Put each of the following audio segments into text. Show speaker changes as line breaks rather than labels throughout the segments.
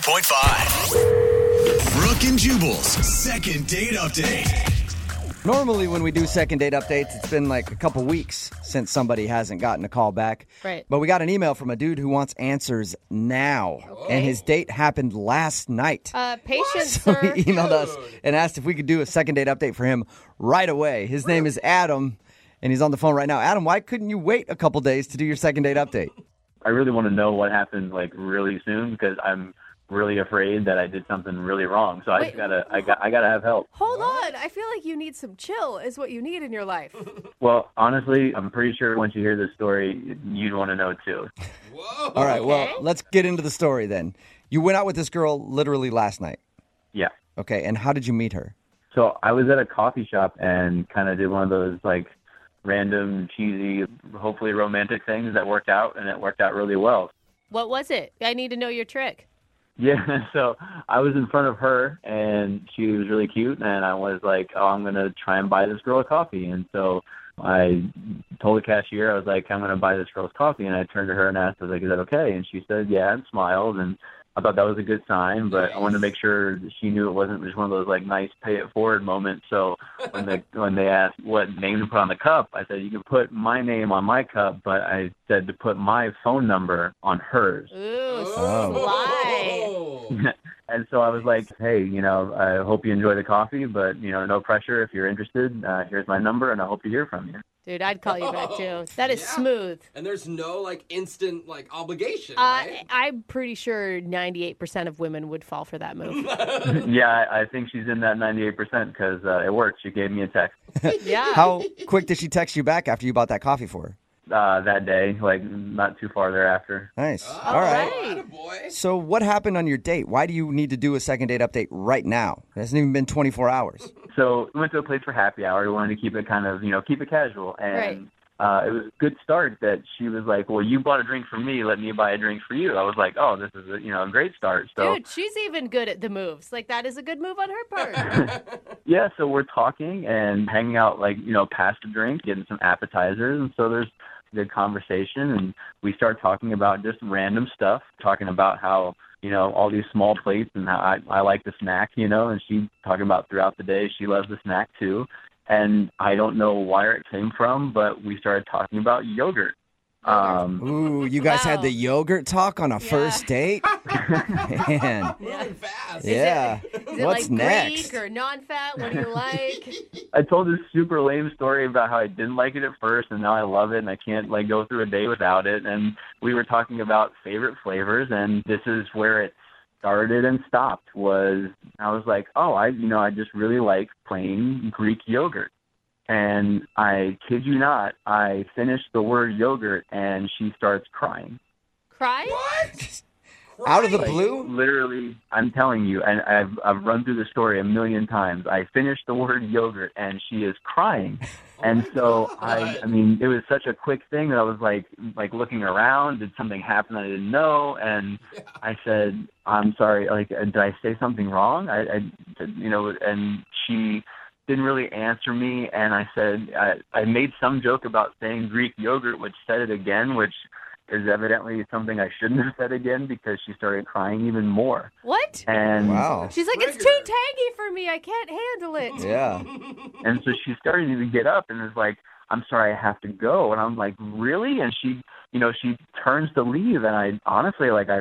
92.5. Brooke and Jubal's second date update.
Normally, when we do second date updates, it's been like a couple weeks since somebody hasn't gotten a call back.
Right.
But we got an email from a dude who wants answers now. And his date happened last night.
Uh, patience,
so
sir.
he emailed us and asked if we could do a second date update for him right away. His name is Adam, and he's on the phone right now. Adam, why couldn't you wait a couple days to do your second date update?
I really want to know what happened like really soon because I'm really afraid that I did something really wrong. So I
Wait.
just gotta I got I gotta have help.
Hold on. I feel like you need some chill, is what you need in your life.
Well, honestly, I'm pretty sure once you hear this story, you'd want to know too.
All right, well, let's get into the story then. You went out with this girl literally last night.
Yeah.
Okay, and how did you meet her?
So I was at a coffee shop and kind of did one of those like random cheesy, hopefully romantic things that worked out, and it worked out really well.
What was it? I need to know your trick.
Yeah, so I was in front of her and she was really cute and I was like, Oh, I'm gonna try and buy this girl a coffee and so I told the cashier, I was like, I'm gonna buy this girl's coffee and I turned to her and asked, I was like, Is that okay? And she said, Yeah and smiled and I thought that was a good sign, but I wanted to make sure that she knew it wasn't just one of those like nice pay it forward moments. So when they when they asked what name to put on the cup, I said you can put my name on my cup, but I said to put my phone number on hers.
Ooh,
Oh,
um,
Oh.
sly.
And so I was like, hey, you know, I hope you enjoy the coffee, but, you know, no pressure. If you're interested, uh, here's my number, and I hope to hear from you.
Dude, I'd call you back too. That is
Yeah.
smooth.
And there's no like instant like obligation,
Uh,
right?
I'm pretty sure 98% of women would fall for that move.
yeah, I, I think she's in that 98% because uh, it worked. She gave me a text
yeah.
How quick did she text you back after you bought that coffee for her?
uh, that day, like not too far thereafter.
Nice.
Oh,
All right.
right.
Boy.
So, what happened on your date? Why do you need to do a second date update right now? It hasn't even been 24 hours.
So we went to a place for happy hour. We wanted to keep it kind of, you know, keep it casual. And
Right.
uh, it was a good start that she was like, well, you bought a drink for me. Let me buy a drink for you. I was like, oh, this is, a, you know, a great start. So
Dude, she's even good at the moves. Like, that is a good move on her part.
Yeah, so we're talking and hanging out, like, you know, past a drink, getting some appetizers. And so there's the conversation, and we start talking about just random stuff, talking about how, you know, all these small plates and how I, I like the snack, you know, and she talking about throughout the day, she loves the snack too. And I don't know where it came from, but we started talking about yogurt. Um,
Ooh, you guys had
Wow.
the yogurt talk on a
Yeah.
first date? Man.
Moving fast.
Yeah.
Is it
What's
like
next?
Greek or non fat? What do you like?
I told this super lame story about how I didn't like it at first, and now I love it, and I can't like go through a day without it. And we were talking about favorite flavors, and this is where it started and stopped. Was I was like, oh, I you know I just really like plain Greek yogurt, and I kid you not, I finished the word yogurt, and she starts crying.
Cry?
What?
Out of the
Christ.
blue?
Literally, I'm telling you, and I've I've run through the story a million times. I finished the word yogurt, and she is crying. And so
Oh
I, I mean, it was such a quick thing that I was like, like looking around. Did something happen I didn't know? And I said, "I'm sorry. Like, uh, did I say something wrong?" I, I said, you know, and she didn't really answer me. And I said, I, I made some joke about saying Greek yogurt, which said it again, which is evidently something I shouldn't have said again because she started crying even more.
What?
And
Wow.
She's like, it's too
Trigger.
tangy for me. I can't handle it.
Yeah.
And so she started to get up and is like, I'm sorry, I have to go. And I'm like, really? And she, you know, she turns to leave. And I honestly, like, I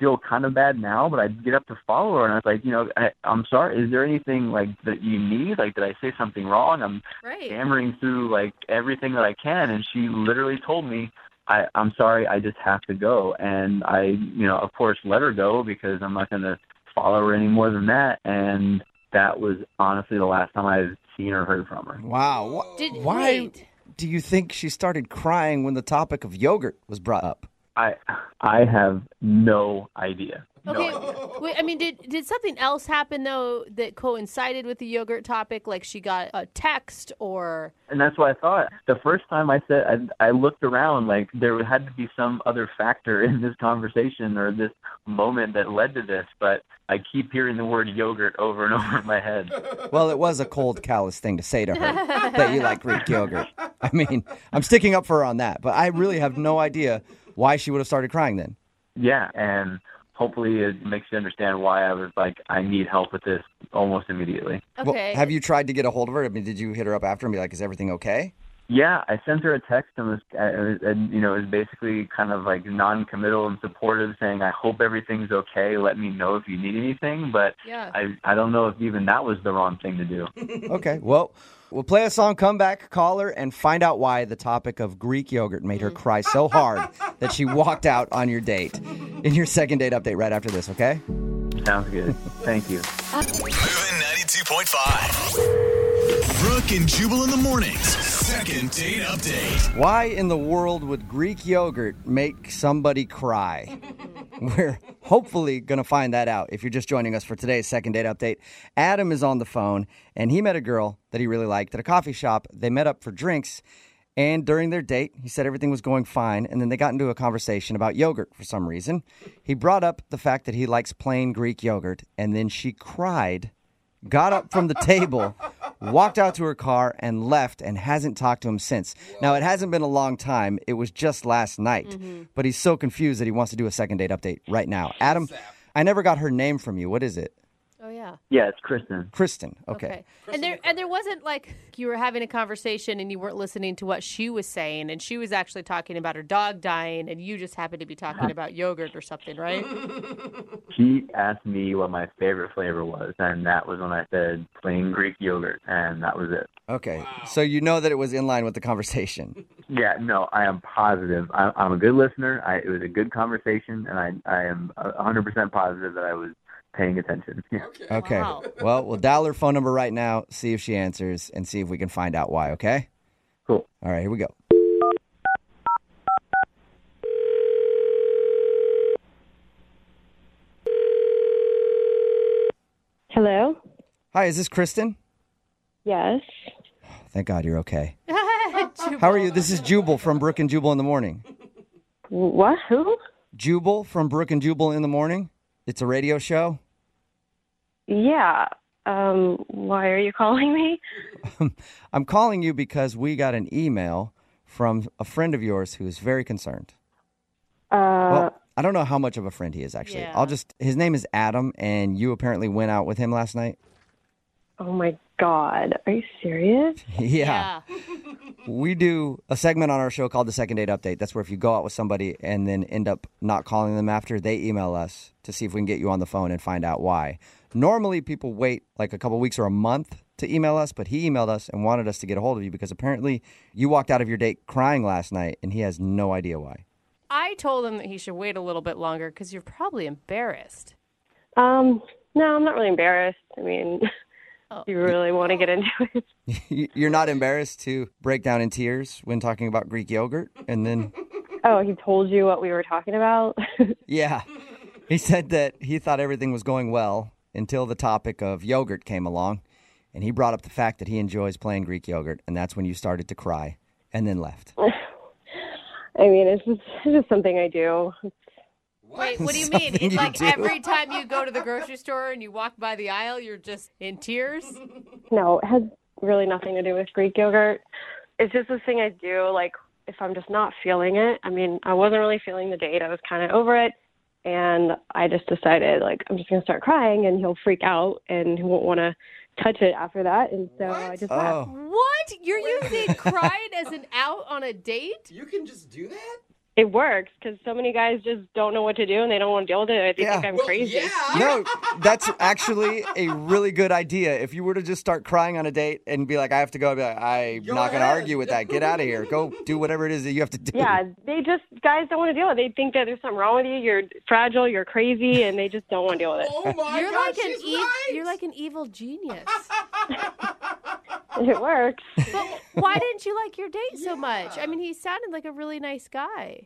feel kind of bad now, but I get up to follow her. And I was like, you know, I, I'm sorry. Is there anything like that you need? Like, did I say something wrong? I'm
Right.
hammering through like everything that I can. And she literally told me, I, I'm sorry, I just have to go. And I, you know, of course, let her go because I'm not going to follow her any more than that. And that was honestly the last time I've seen or heard from her.
Wow. Wha-
Did-
Why
wait.
do you think she started crying when the topic of yogurt was brought up?
I, I have no idea. No
Okay.
idea.
Wait, I mean, did did something else happen though that coincided with the yogurt topic? Like she got a text or
And that's what I thought. The first time I said, I, I looked around like there had to be some other factor in this conversation or this moment that led to this, but I keep hearing the word yogurt over and over in my head.
Well, it was a cold, callous thing to say to her that you like Greek yogurt. I mean, I'm sticking up for her on that, but I really have no idea why she would have started crying then.
Yeah. And hopefully it makes you understand why I was like, I need help with this almost immediately.
Okay.
Well, have you tried to get a hold of her? I mean, did you hit her up after and be like, "Is everything okay?"
Yeah, I sent her a text and was, uh, and you know, it was basically kind of like non-committal and supportive, saying, "I hope everything's okay. Let me know if you need anything." But
Yeah.
I, I don't know if even that was the wrong thing to do.
okay. Well, we'll play a song, come back, call her, and find out why the topic of Greek yogurt made her cry so hard that she walked out on your date. In your second date update, right after this, okay?
Sounds good. Thank you.
Moving 92.5. Brooke and Jubal in the mornings. Second date update.
Why in the world would Greek yogurt make somebody cry? We're hopefully going to find that out if you're just joining us for today's second date update. Adam is on the phone and he met a girl that he really liked at a coffee shop. They met up for drinks and during their date, he said everything was going fine and then they got into a conversation about yogurt for some reason. He brought up the fact that he likes plain Greek yogurt and then she cried got up from the table, walked out to her car, and left, and hasn't talked to him since. Now, it hasn't been a long time. It was just last night.
Mm-hmm.
But he's so confused that he wants to do a second date update right now. Adam, I never got her name from you. What is it?
oh yeah.
Yeah, it's Kristen.
Kristen. Okay.
Okay. And there and there wasn't like you were having a conversation and you weren't listening to what she was saying and she was actually talking about her dog dying and you just happened to be
Uh-huh.
talking about yogurt or something, right?
She asked me what my favorite flavor was, and that was when I said plain Greek yogurt, and that was it.
Okay. So you know that it was in line with the conversation.
Yeah, no, I am positive. I, I'm a good listener. I, it was a good conversation, and I, I am a 100% positive that I was paying attention. Yeah.
Okay.
Okay.
Wow.
Well, we'll dial her phone number right now, see if she answers, and see if we can find out why, okay?
Cool.
All right, here we go.
Hello?
Hi, is this Kristen?
Yes.
Thank God you're okay. How are you? This is Jubal from Brook and Jubal in the morning.
What? Who?
Jubal from Brook and Jubal in the morning. It's a radio show.
Yeah. Um, why are you calling me?
I'm calling you because we got an email from a friend of yours who is very concerned.
Uh,
Well, I don't know how much of a friend he is actually.
Yeah.
I'll just his name is Adam and you apparently went out with him last night.
oh my God. Are you serious?
yeah. We do a segment on our show called the Second Date Update. That's where if you go out with somebody and then end up not calling them after, they email us to see if we can get you on the phone and find out why. Normally, people wait like a couple weeks or a month to email us, but he emailed us and wanted us to get a hold of you because apparently you walked out of your date crying last night and he has no idea why.
I told him that he should wait a little bit longer because you're probably embarrassed.
Um, no, I'm not really embarrassed. I mean,
Oh.
do you really want to get into it?
You- You're not embarrassed to break down in tears when talking about Greek yogurt and then.
Oh, he told you what we were talking about?
Yeah. He said that he thought everything was going well until the topic of yogurt came along. And he brought up the fact that he enjoys playing Greek yogurt. And that's when you started to cry and then left.
I mean, it's just, it's just something I do.
Wait, what do you
Something
mean? It's
you
like
do.
every time you go to the grocery store and you walk by the aisle, you're just in tears.
No, it has really nothing to do with Greek yogurt. It's just this thing I do, like, if I'm just not feeling it. I mean, I wasn't really feeling the date. I was kind of over it. And I just decided, like, I'm just going to start crying, and he'll freak out and he won't want to touch it after that. And so I just
Oh,
laughed.
What? You're using crying as an out on a date?
You can just do that?
It works because so many guys just don't know what to do and they don't want to deal with it. They
Yeah.
think I'm
Well,
crazy.
yeah.
no, that's actually a really good idea. If you were to just start crying on a date and be like, I have to go, I'd be like, I'm
Go
not going to
ahead.
argue with that. Get out of here. Go do whatever it is that you have to do.
Yeah, they just guys don't want to deal with it. They think that there's something wrong with you. You're fragile. You're crazy, and they just don't want to deal with it.
Oh my
you're
god,
like an
she's
ev-
right.
you're like an evil genius.
It works.
But why didn't you like your date so much? I mean, he sounded like a really nice guy.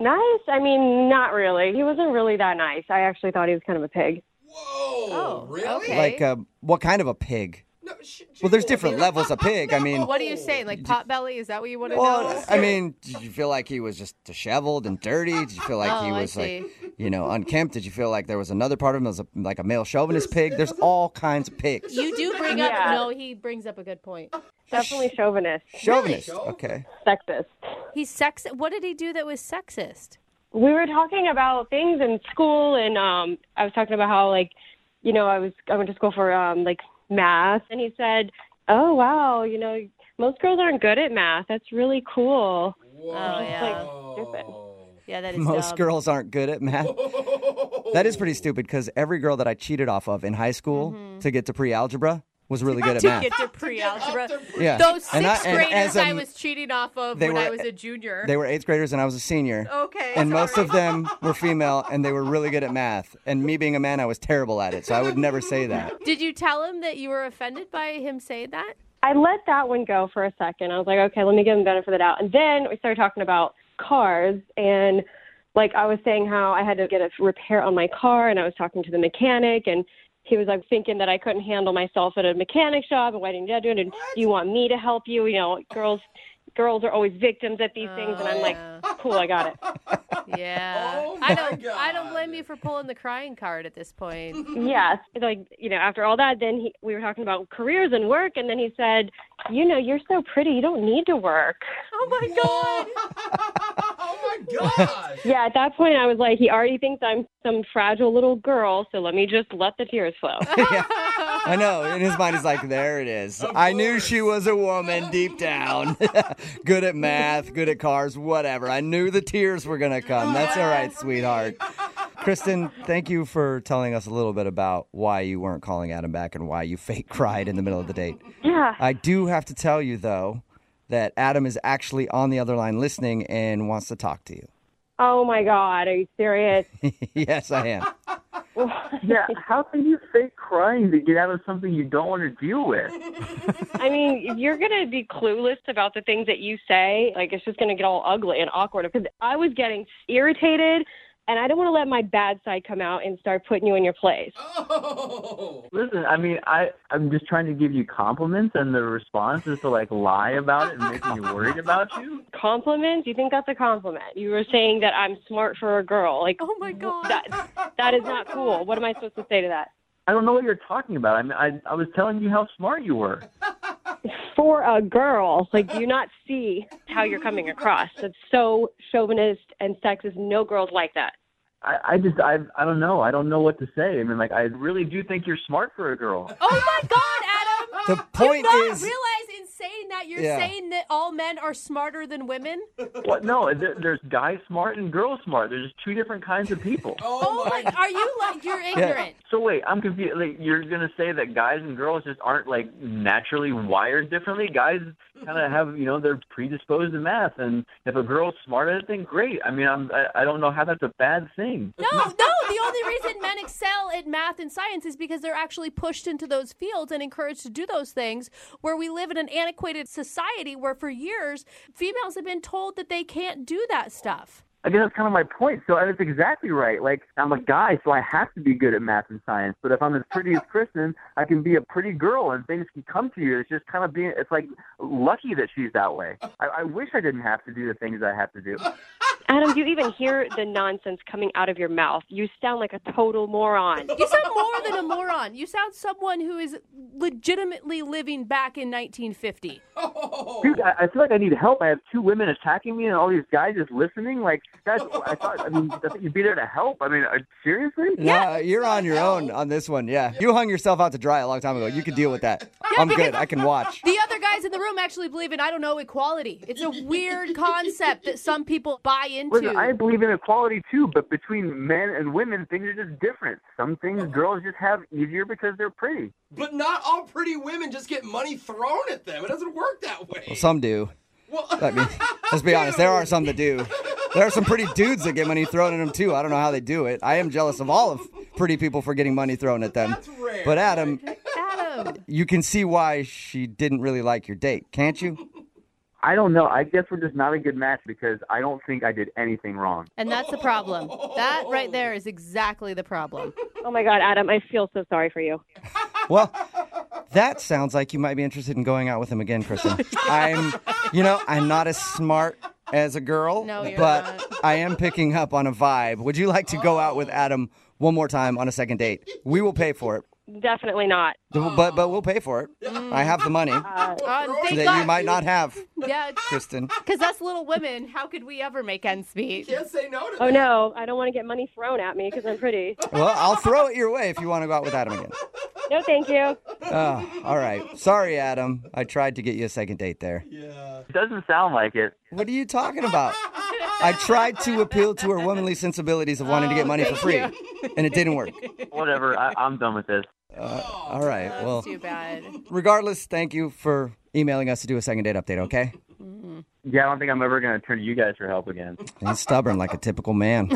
Nice. I mean, not really. He wasn't really that nice. I actually thought he was kind of a pig.
Whoa,
Oh,
really?
okay.
Like, uh, what kind of a pig?
No, sh-
Well, there's
Jubal,
different
you're-
levels of pig. I mean,
What are you saying? Like pot belly? Is that what you want to know?
Oh, Well, I mean, did you feel like he was just disheveled and dirty? Did you feel like he
Oh, I
was like,
see.
you know, unkempt? Did you feel like there was another part of him that was a, like a male chauvinist pig? There's all kinds of pigs.
You do bring
Yeah.
up no, he brings up a good point.
Definitely chauvinist,
Chauvinist.
Really?
Okay.
sexist.
He's sex what did he do that was sexist?
we were talking about things in school, and um, I was talking about how like, you know, I was I went to school for um, like math, and he said, "Oh wow, you know, most girls aren't good at math. That's really cool."
Whoa.
Yeah, that is
Most
dumb.
girls aren't good at math.
Oh
That is pretty stupid because every girl that I cheated off of in high school
Mm-hmm.
to get to pre algebra was really good at
to
math.
get to pre-algebra.
yeah.
Those sixth
And I- and
graders
as a-
I was cheating off of
they
when
were-
I was a junior.
They were eighth graders and I was a senior.
okay.
And most of them were female and they were really good at math. And me being a man, I was terrible at it. So I would never say that.
Did you tell him that you were offended by him saying that?
I let that one go for a second. I was like, okay, let me give him the benefit of the doubt. And then we started talking about cars and like I was saying how I had to get a repair on my car and I was talking to the mechanic and he was like thinking that I couldn't handle myself at a mechanic shop and why didn't you do it? And do you want me to help you? You know, girls girls are always victims at these things and I'm like,
Oh.
Cool, I got it.
Uh, Yeah.
Oh
I
my
don't I don't
God.
blame you for pulling the crying card at this point.
yes. It's Like, you know, after all that then he we were talking about careers and work and then he said, You know, you're so pretty, you don't need to work.
Oh my god.
oh my god.
Yeah, at that point, I was like, he already thinks I'm some fragile little girl, so let me just let the tears flow.
yeah. I know. In his mind, he's like, there it is. I knew she was a woman deep down. good at math, good at cars, whatever. I knew the tears were going to come. That's all right, sweetheart. Kristen, thank you for telling us a little bit about why you weren't calling Adam back and why you fake cried in the middle of the date.
yeah.
I do have to tell you, though, that Adam is actually on the other line listening and wants to talk to you.
Oh my God, are you serious?
yes, I am.
Yeah, how can you fake crying to get out of something you don't want to deal with?
I mean, if you're gonna be clueless about the things that you say, like it's just gonna get all ugly and awkward. Because I was getting irritated, and I didn't want to let my bad side come out and start putting you in your place.
Oh.
Listen, I mean, I I'm just trying to give you compliments, and the response is to like lie about it and make me worried about you.
Compliments? You think that's a compliment? You were saying that I'm smart for a girl. Like
Oh my god.
that, that is not cool. What am I supposed to say to that?
I don't know what you're talking about. I mean, I I was telling you how smart you were.
for a girl. Like, do you not see how you're coming across? That's so chauvinist and sexist. No girls like that.
I, I just I I don't know. I don't know what to say. I mean, like I really do think you're smart for a girl.
Oh my god, Adam.
The point
Do you not
is.
realize in saying that you're
Yeah.
saying that all men are smarter than women?
What? No, there, there's guy smart and girl smart. There's just two different kinds of people.
Oh
Oh
my.
my, are you like you're ignorant?
So wait, I'm confused. Like, you're gonna say that guys and girls just aren't like naturally wired differently? Guys kind of have, you know, they're predisposed to math, and if a girl's smart at it, then great. I mean, I'm I, I don't know how that's a bad thing.
No, no. The only reason men excel at math and science is because they're actually pushed into those fields and encouraged to do those things. Where we live in an antiquated society where for years females have been told that they can't do that stuff.
I guess that's kind of my point. So that's exactly right. Like I'm a guy, so I have to be good at math and science. But if I'm as pretty as Kristen, I can be a pretty girl, and things can come to you. It's just kind of being. It's like lucky that she's that way. I, I wish I didn't have to do the things I have to do.
Adam, do you even hear the nonsense coming out of your mouth? You sound like a total moron.
You sound more than a moron. You sound someone who is legitimately living back in 1950.
Oh.
Dude, I, I feel like I need help. I have two women attacking me and all these guys just listening. Like, guys, I thought, I mean, I thought you'd be there to help. I mean, uh, seriously?
No, you're on your own on this one. Yeah. You hung yourself out to dry a long time ago. You can deal with that. I'm good. I can watch.
The other guys in the room actually believe in I don't know equality. It's a weird concept that some people buy into.
Listen, I believe in equality too, but between men and women, things are just different. Some things girls just have easier because they're pretty.
But not all pretty women just get money thrown at them. It doesn't work that way.
Some do.
Well,
I mean, let's be honest. There are some that do. There are some pretty dudes that get money thrown at them too. I don't know how they do it. I am jealous of all of pretty people for getting money thrown at them.
That's rare.
But Adam,
Adam,
you can see why she didn't really like your date, can't you?
I don't know. I guess we're just not a good match because I don't think I did anything wrong.
and that's the problem. That right there is exactly the problem.
Oh my God, Adam, I feel so sorry for you.
Well, that sounds like you might be interested in going out with him again, Kristen. I'm, you know, I'm not as smart as a girl,
No, you're
but
not.
I am picking up on a vibe. Would you like to go out with Adam one more time on a second date? We will pay for it.
Definitely not.
But but we'll pay for it.
Mm.
I have the money
Um, thank
that
God.
you might not have,
Yeah,
Kristen.
because us little women, how could we ever make ends meet?
Can't say no to that.
Oh no, I don't want to get money thrown at me because I'm pretty.
Well, I'll throw it your way if you want to go out with Adam again.
No, thank you.
Uh, all right. Sorry, Adam. I tried to get you a second date there.
Yeah.
It doesn't sound like it.
What are you talking about? I tried to appeal to her womanly sensibilities of wanting to
Oh,
get money for free, and it didn't work. Uh,
Whatever. I, I'm done with this.
All right. Well,
Too bad.
regardless, thank you for emailing us to do a second date update, okay?
Yeah, I don't think I'm ever going to turn to you guys for help again.
Being stubborn like a typical man.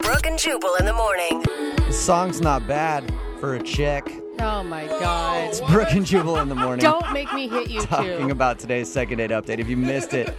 Brooke and Jubal in the morning.
The song's not bad for a chick.
Oh my God.
It's Brooke and Jubal in the morning.
Don't make me hit you
talking
too.
about today's second date update. If you missed it,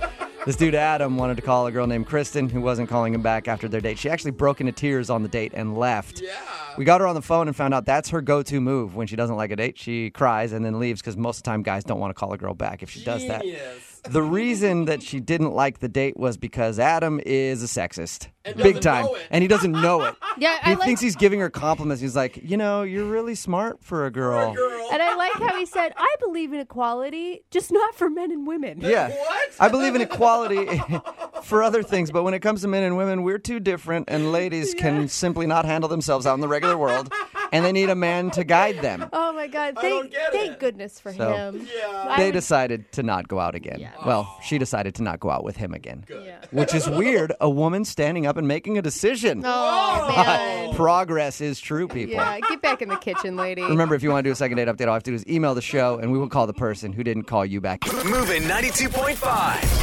this dude Adam wanted to call a girl named Kristen who wasn't calling him back after their date. She actually broke into tears on the date and left. Yeah. We got her on the phone and found out that's her go-to move when she doesn't like a date. She cries and then leaves because most of the time guys don't want to call a girl back if she does that.
Genius.
The reason that she didn't like the date was because Adam is a sexist,
And
big
doesn't
time,
know it.
and he doesn't know it.
Yeah,
He
I like.
thinks he's giving her compliments. He's like, you know, you're really smart for a girl.
Girl.
And I like how he said, "I believe in equality, just not for men and women."
Yeah.
What?
I believe in equality for other things, but when it comes to men and women, we're too different, and ladies can simply not handle themselves out in the regular world, and they need a man to guide them.
Oh my God!
I don't
Thank,
get
thank
it.
goodness for
So-
him.
Yeah.
I
They
would- Oh.
decided to not go out again. Well, she decided to not go out with him again,
yeah.
which is weird. A woman standing up and making a decision.
Oh man.
Progress is true, people.
Yeah, get back in the kitchen, lady.
Remember, if you want to do a second date update, all I have to do is email the show, and we will call the person who didn't call you back.
Moving 92.5.